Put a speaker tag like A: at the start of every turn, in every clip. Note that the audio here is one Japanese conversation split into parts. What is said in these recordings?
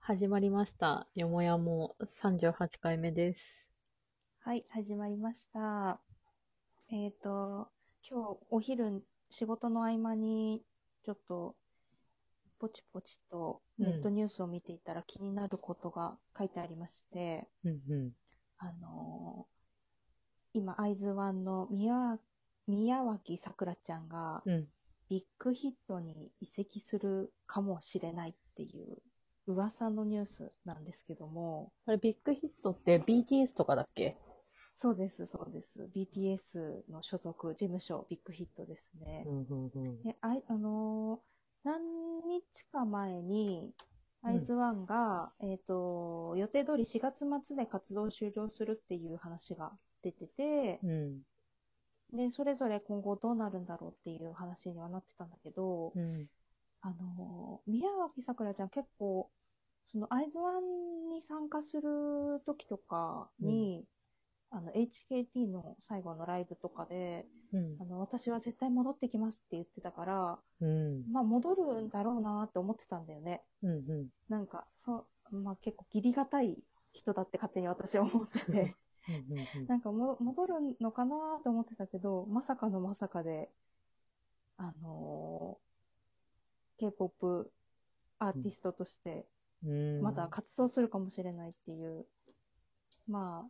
A: 始まりました。よもやも38回目です。
B: はい、始まりました。えっ、ー、と、今日お昼、仕事の合間に、ちょっと、ポチポチとネットニュースを見ていたら気になることが書いてありまして、
A: うんうん。
B: あのー今、アイズワンの宮宮脇さくらちゃんが、
A: うん。
B: ビッグヒットに移籍するかもしれないっていう噂のニュースなんですけども、
A: あれ、ビッグヒットって BTS とかだっけ
B: そうです、そうです。BTS の所属事務所、ビッグヒットですね。
A: うんうんうん。
B: で、あい、あのー何日か前に、
A: う
B: ア
A: ん
B: イズワンが、えっ、と、予定通り4月末で活動終了するっていう話が出てて、
A: うん。
B: で、それぞれ今後どうなるんだろうっていう話にはなってたんだけど、
A: うん。
B: あのー宮脇さくらちゃん結構、そのアイズワンに参加する時とかに、あの、HKT の最後のライブとかで、
A: うん
B: あ。の、私は絶対戻ってきますって言ってたから、
A: うん。
B: まあ戻るんだろうなって思ってたんだよね。
A: うん。うん。
B: なんか、そう、まあ結構義理がたい人だって勝手に私は思ってて、
A: うんうん
B: なんかも戻るのかなと思ってたけど、まさかのまさかで、あのー K-POP アーティストとして、
A: うん。
B: まだ活動するかもしれないっていう、ま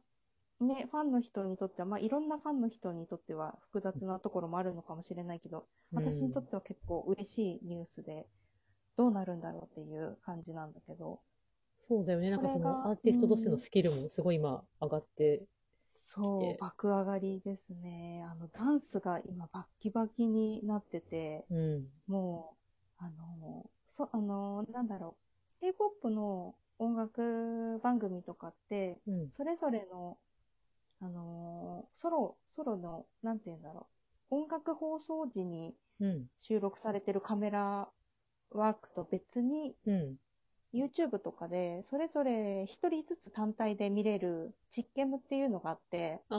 B: あ、ね、ファンの人にとっては、まあいろんなファンの人にとっては複雑なところもあるのかもしれないけど、私にとっては結構嬉しいニュースで、どうなるんだろうっていう感じなんだけど、
A: そうだよね。なん
B: こ
A: かそ
B: れ
A: の
B: が、
A: アー
B: う
A: ティストとしての
B: ん
A: スキルもすごい今上がってき
B: そう、
A: て。
B: 爆上がりですね。あの、ダンスが今バッキバキになってて、
A: うん。
B: もう、あの、そ、あの、なんだろう。K-POP の音楽番組とかって、
A: うん。
B: それぞれの、あの、ソロ、ソロの、なんて言うんだろう。音楽放送時に
A: うん。
B: 収録されてるカメラワークと別に、
A: うん。
B: YouTube とかで、それぞれ一人ずつ単体で見れる実験っていうのがあって、
A: ああ。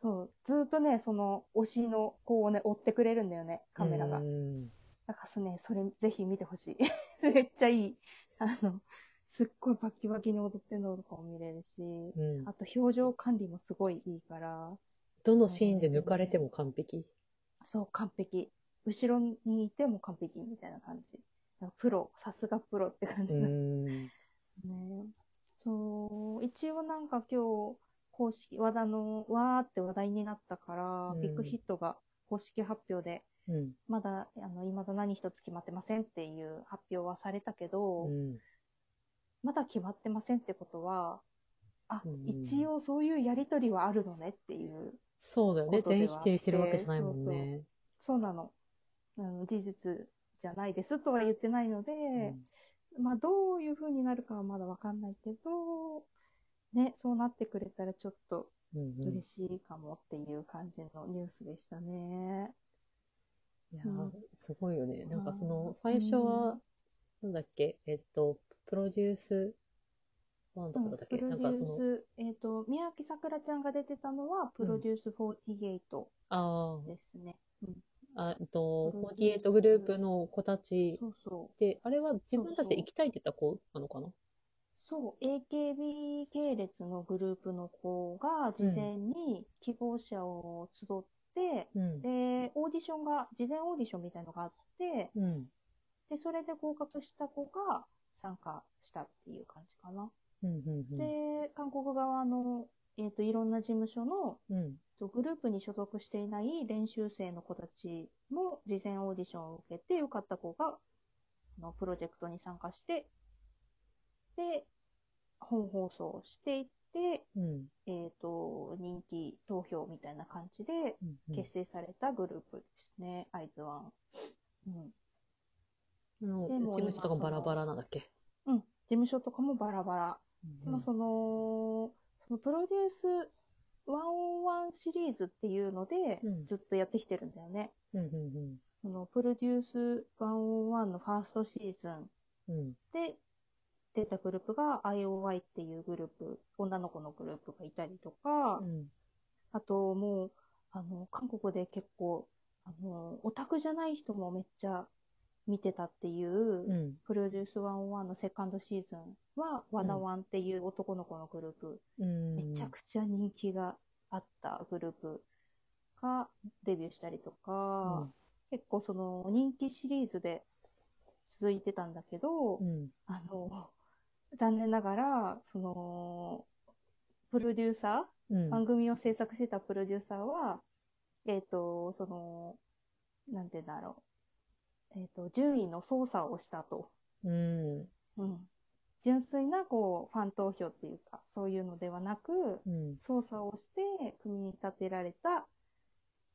B: そう、ずーっとね、その推しの子をね、追ってくれるんだよね、カメラが。
A: うん。
B: なんかすね、それぜひ見てほしい。 めっちゃいい。あの、すっごいバキバキに踊ってるのとかも見れるし、
A: うん。
B: あと表情管理もすごいいいから、
A: どのシーンで抜かれても完璧。
B: そう、完璧。後ろにいても完璧みたいな感じ。なんかプロ、さすがプロって感
A: う
B: じだ
A: ん。
B: ね。そう、一応なんか今日、公式、話題の、わーって話題になったから、
A: うん
B: ビッグヒットが公式発表で、
A: うん。
B: まだ、あの、未だ何一つ決まってませんっていう発表はされたけど、
A: うん。
B: まだ決まってませんってことは、あ、
A: うん
B: 一応そういうやりとりはあるのねっていう、
A: そうだよね。
B: こと
A: 全
B: では
A: 否定してるわけじゃないもん
B: そうそう
A: ね。
B: そうなの。あの事実じゃないですとは言ってないので、
A: うん
B: まあどういう風になるかはまだわかんないけど、ね、そうなってくれたらちょっと
A: うんうん
B: 嬉しいかもっていう感じのニュースでしたね。
A: いや
B: う
A: ー
B: ん、
A: すごいよね。なんかその、
B: あー
A: 最初
B: う
A: は
B: ん、
A: なんだっけ、えっと、プロデュースワンと
B: う
A: か
B: ん
A: だったっ
B: プ
A: け、
B: ロ
A: な
B: デ
A: ん
B: ュ
A: かその、
B: ース、えっ、と、宮脇さくらちゃんが出てたのは、プロデュース48
A: あ
B: ですね。うん、
A: あ、あえっと、
B: プロデュース
A: 48グループの子たち
B: そうそう。
A: で、あれは自
B: そう
A: 分たちで行きたいって言った子なのかな
B: そう、AKB 系列のグループの子が事前に希望者を集って、
A: うん。
B: で、オーディションが、事前オーディションみたいのがあって、
A: うん。
B: で、それで合格した子が参加したっていう感じかな。
A: うん。うん。
B: で、韓国側の、えっ、と、いろんな事務所の
A: うん。うん。
B: とグループに所属していない練習生の子たちも事前オーディションを受けて、受かった子があのプロジェクトに参加して、で、本放送をしていって、
A: うん。
B: えっ、と、人気投票みたいな感じで
A: うん
B: 結成されたグループですね、アイズワン。うん。
A: あの
B: で
A: 事
B: も
A: 務所とか
B: 今その
A: バラバラなんだっけ
B: うん。事務所とかもバラバラ。で
A: うん
B: もその、そのプロデュースワンオンワンシリーズっていうので
A: うん、
B: ずっとやってきてるんだよね。
A: うん。うん。
B: そのプロデュース101のファーストシーズン
A: うん。うん。
B: で出たグループが IOI っていうグループ、女の子のグループがいたりとか、
A: うん。
B: あともう、あの、韓国で結構、あの、オタクじゃない人もめっちゃ見てたっていう、
A: うん。
B: プロデュース101のセカンドシーズンは、ワナワンっていう男の子のグループ、
A: うん。
B: めちゃくちゃ人気があったグループがデビューしたりとか、結構その人気シリーズで続いてたんだけど、
A: うん。
B: あの、残念ながら、その、プロデューサ
A: うん。
B: ー、番組を制作してたプロデューサーは、えっ、と、その、なんて言うんだろう、えっ、と、順位の操作をしたと。
A: うん。
B: うん、純粋なこうファン投票っていうかそういうのではなく
A: うん。
B: 操作をして組み立てられた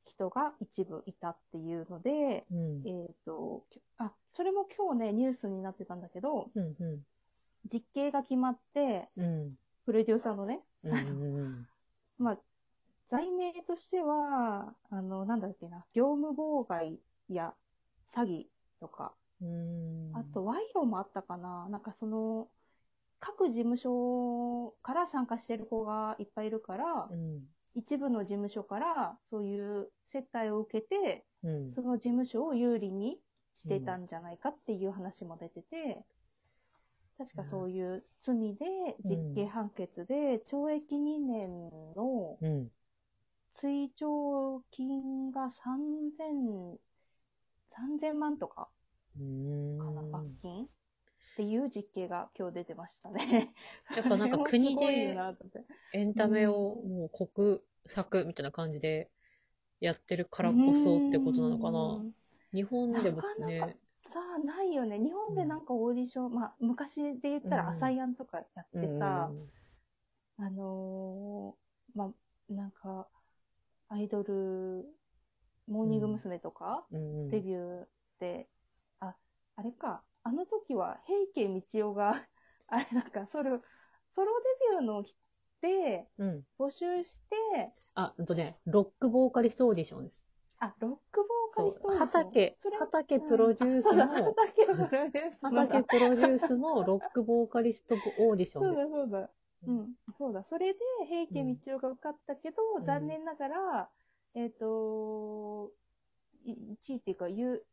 B: 人が一部いたっていうので、
A: うん
B: え。ー、ときょあそれも今日ねニュースになってたんだけど
A: うん。うん。
B: 実刑が決まって
A: うん。
B: プロデューサーのね、
A: うん。
B: まあ、罪名としてはあのなんだっけな業務妨害や詐欺とか
A: うん。
B: あと、賄賂もあったかな。なんかその、各事務所から参加してる子がいっぱいいるから
A: う、ん。
B: 一部の事務所からそういう接待を受けて、
A: うん。
B: その事務所を有利にしてたんじゃないかっていう話も出てて、確かそういう罪で、
A: うん
B: 実刑判決で、懲役2年の
A: うん。
B: 追徴金が3000、3000万とか
A: うん。
B: かな、罰金っていう実刑が今日出てましたね。
A: やっぱなんか国
B: これもすごい
A: で
B: なと思って
A: エンタメをもう国策みたいな感じでやってるからこそってことなのか
B: う
A: な。
B: ん
A: 日本でも
B: なかな
A: ね
B: か。さあ、ないよね。日本でなんかオーディション、まあ、昔で言った
A: うん
B: らアサイアンとかや
A: う
B: ってさ、
A: ん
B: あのーまあ、なんか、アイドル、モーニング娘。とか、
A: うん。
B: デビューで、あ、あれか、あの時は平家道夫が、 あれなんか、ソロ、ソロデビューの日で、
A: うん。
B: 募集して、
A: あ、うんとね、ロックボーカリストオーディションです。
B: あ、ロックボーカ
A: そ
B: リスト
A: う。畑
B: それ、
A: 畑プロデュース
B: そうだ、
A: の、
B: 畑プロデュースの
A: 畑プロデュースのロックボーカリストオーディショ
B: そ
A: ン
B: う
A: で
B: だ、
A: す。
B: そうだ。うん、そうだ。それで、平家道夫が受かったけど、
A: うん
B: 残念ながら、えっ、とい1位っていうか、ゆ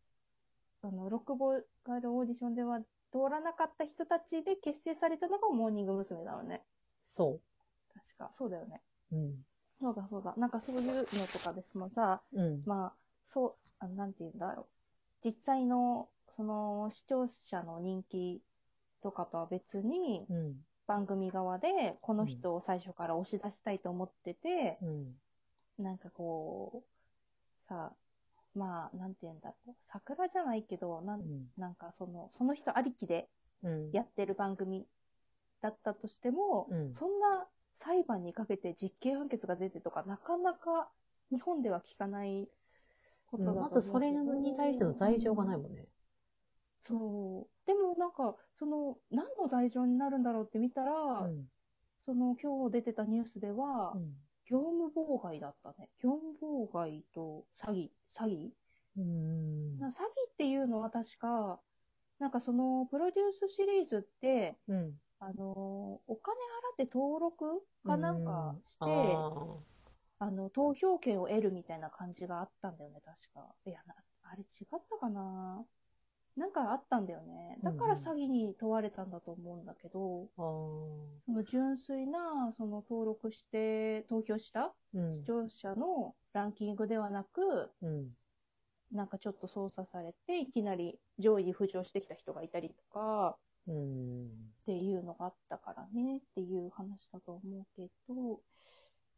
B: あの、ロックボーカルオーディションでは通らなかった人たちで結成されたのがモーニング娘。だよね。
A: そ
B: 確か。そうだよね。
A: う。うん。
B: そうだ、そうだ。なんかそういうのとかですもんさ、
A: うん。
B: まあ、そう、あなんて言うんだろう。実際の、その、視聴者の人気とかとは別に、
A: うん。
B: 番組側で、この人を最初から押し出したいと思ってて、
A: うん。
B: なんかこう、さ、まあ、なんて言うんだろう。桜じゃないけど、なん
A: うん。
B: なんかその、その人ありきで
A: うん。
B: やってる番組だったとしても、
A: うん
B: そんな裁判にかけて実刑判決が出てとか、なかなか日本では聞かないこ
A: う
B: とだと
A: ん
B: 思
A: ま
B: うけど
A: ずそれに対しての罪状がないもんね。
B: そう。でもなんか、その、何の罪状になるんだろうって見たら、
A: うん。
B: その今日出てたニュースでは、業務妨害だったね。業務妨害と詐欺、詐欺
A: うん。
B: な詐欺っていうのは確か、なんかそのプロデュースシリーズって、
A: うん。
B: あの、お金払って登録かなんかして、
A: うんあ
B: あの、投票権を得るみたいな感じがあったんだよね、確か。いや、なあれ違ったかななんかあったんだよね。だから詐欺に問われたんだと思うんだけ
A: ーあ
B: ど、
A: ー。
B: その純粋な、その登録して投票した
A: うん
B: 視聴者のランキングではなく、
A: うん。
B: なんかちょっと操作されて、いきなり上位に浮上してきた人がいたりとか、
A: うん。
B: っていうのがあったからねっていう話だと思うけど、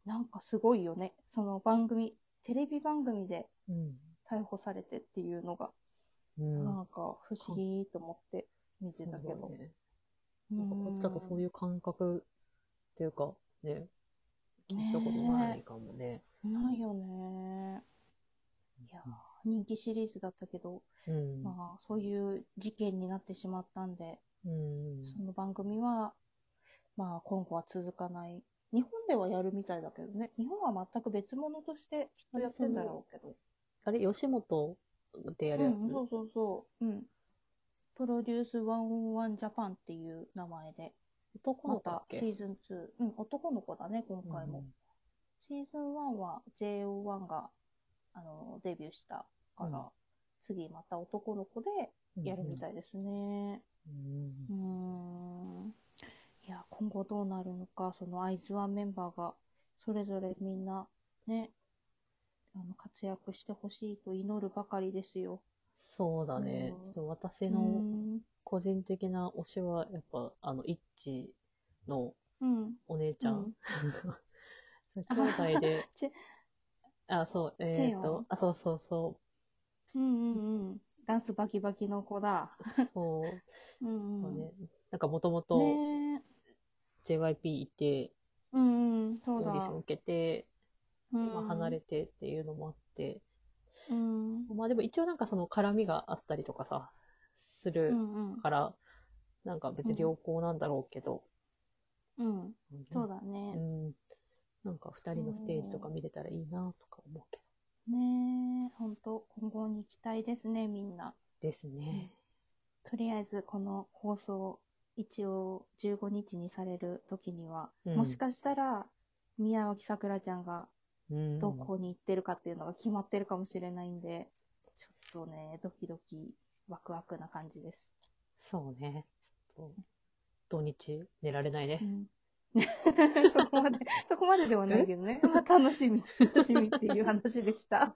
B: なんかすごいよね。その番組、テレビ番組で
A: うん。
B: 逮捕されてっていうのが、
A: うん
B: なんか不思議と思って見てたけ
A: そう
B: ど。
A: だね
B: う
A: なんかこっちだとそうい
B: い
A: う感覚っていうか、ね、聞いたことないかもね。
B: う。ないよね。いやー、人気シリーズだったけど、
A: うん。
B: まあ、そういう事件になってしまったんで、
A: うん。
B: その番組は、まあ、今後は続かない。日本ではやるみたいだけどね。日本は全く別物としてきっとやってんだろうけど。
A: あれ、吉本でやる
B: う
A: やつ
B: ん、そうそうそう。うん。プロデュース101ジャパンっていう名前で、
A: 男
B: ま
A: の子だったけ
B: シーズン2。うん、男の子だね、今回も。シーズン1は JO1 が、あの、デビューしたから、次また男の子でやるみたいですね。
A: うん
B: うーんいや、今後どうなるのか、そのアイズワンメンバーが、それぞれみんな、ね、あの活躍してほしいと祈るばかりですよ。
A: そうだね
B: うん。
A: ちょっと私
B: う
A: の
B: ん
A: 個人的な推しは、やっぱ、あの、イッチの
B: うん。
A: お姉ちゃ
B: うんん。
A: そう兄弟 で
B: チェ、
A: あ、そう、え
B: チェ
A: ー、っ
B: ヨン
A: と、あ、そうそうそ
B: うんうんうん。ダンスバキバキの子だ。
A: う、そう、
B: うんうん。
A: ね、なんかもともと
B: ねえ
A: JYP いて、
B: うんうん、
A: オ
B: そう
A: ーディ
B: だ。
A: ション受けて、
B: 今
A: 今離れてっていうのもあって、
B: うん。
A: まあでも一応なんかその絡みがあったりとかさ、す
B: う
A: る
B: んうん。
A: から、なんか別に良好なんだろうけど、
B: うん。そうだ
A: う
B: ね。
A: ん。なんか二人のステージとか見れたらいいなとか思うけ
B: ねえ、ほんと、今後に期待ですね、みんな。
A: ど。ですね。
B: とりあえずこの放送一応15日にされる時には、
A: うん
B: もしかしたら宮脇さくらちゃんが
A: うん。
B: どこに行ってるかっていうのが決まってるかもしれないんで、ちょっとねドキドキワクワクな感じです、
A: そうね。ちょっと、土日寝られないね
B: う。ん そこまでそこまでではないけどね、まあ、楽しみ楽しみっていう話でした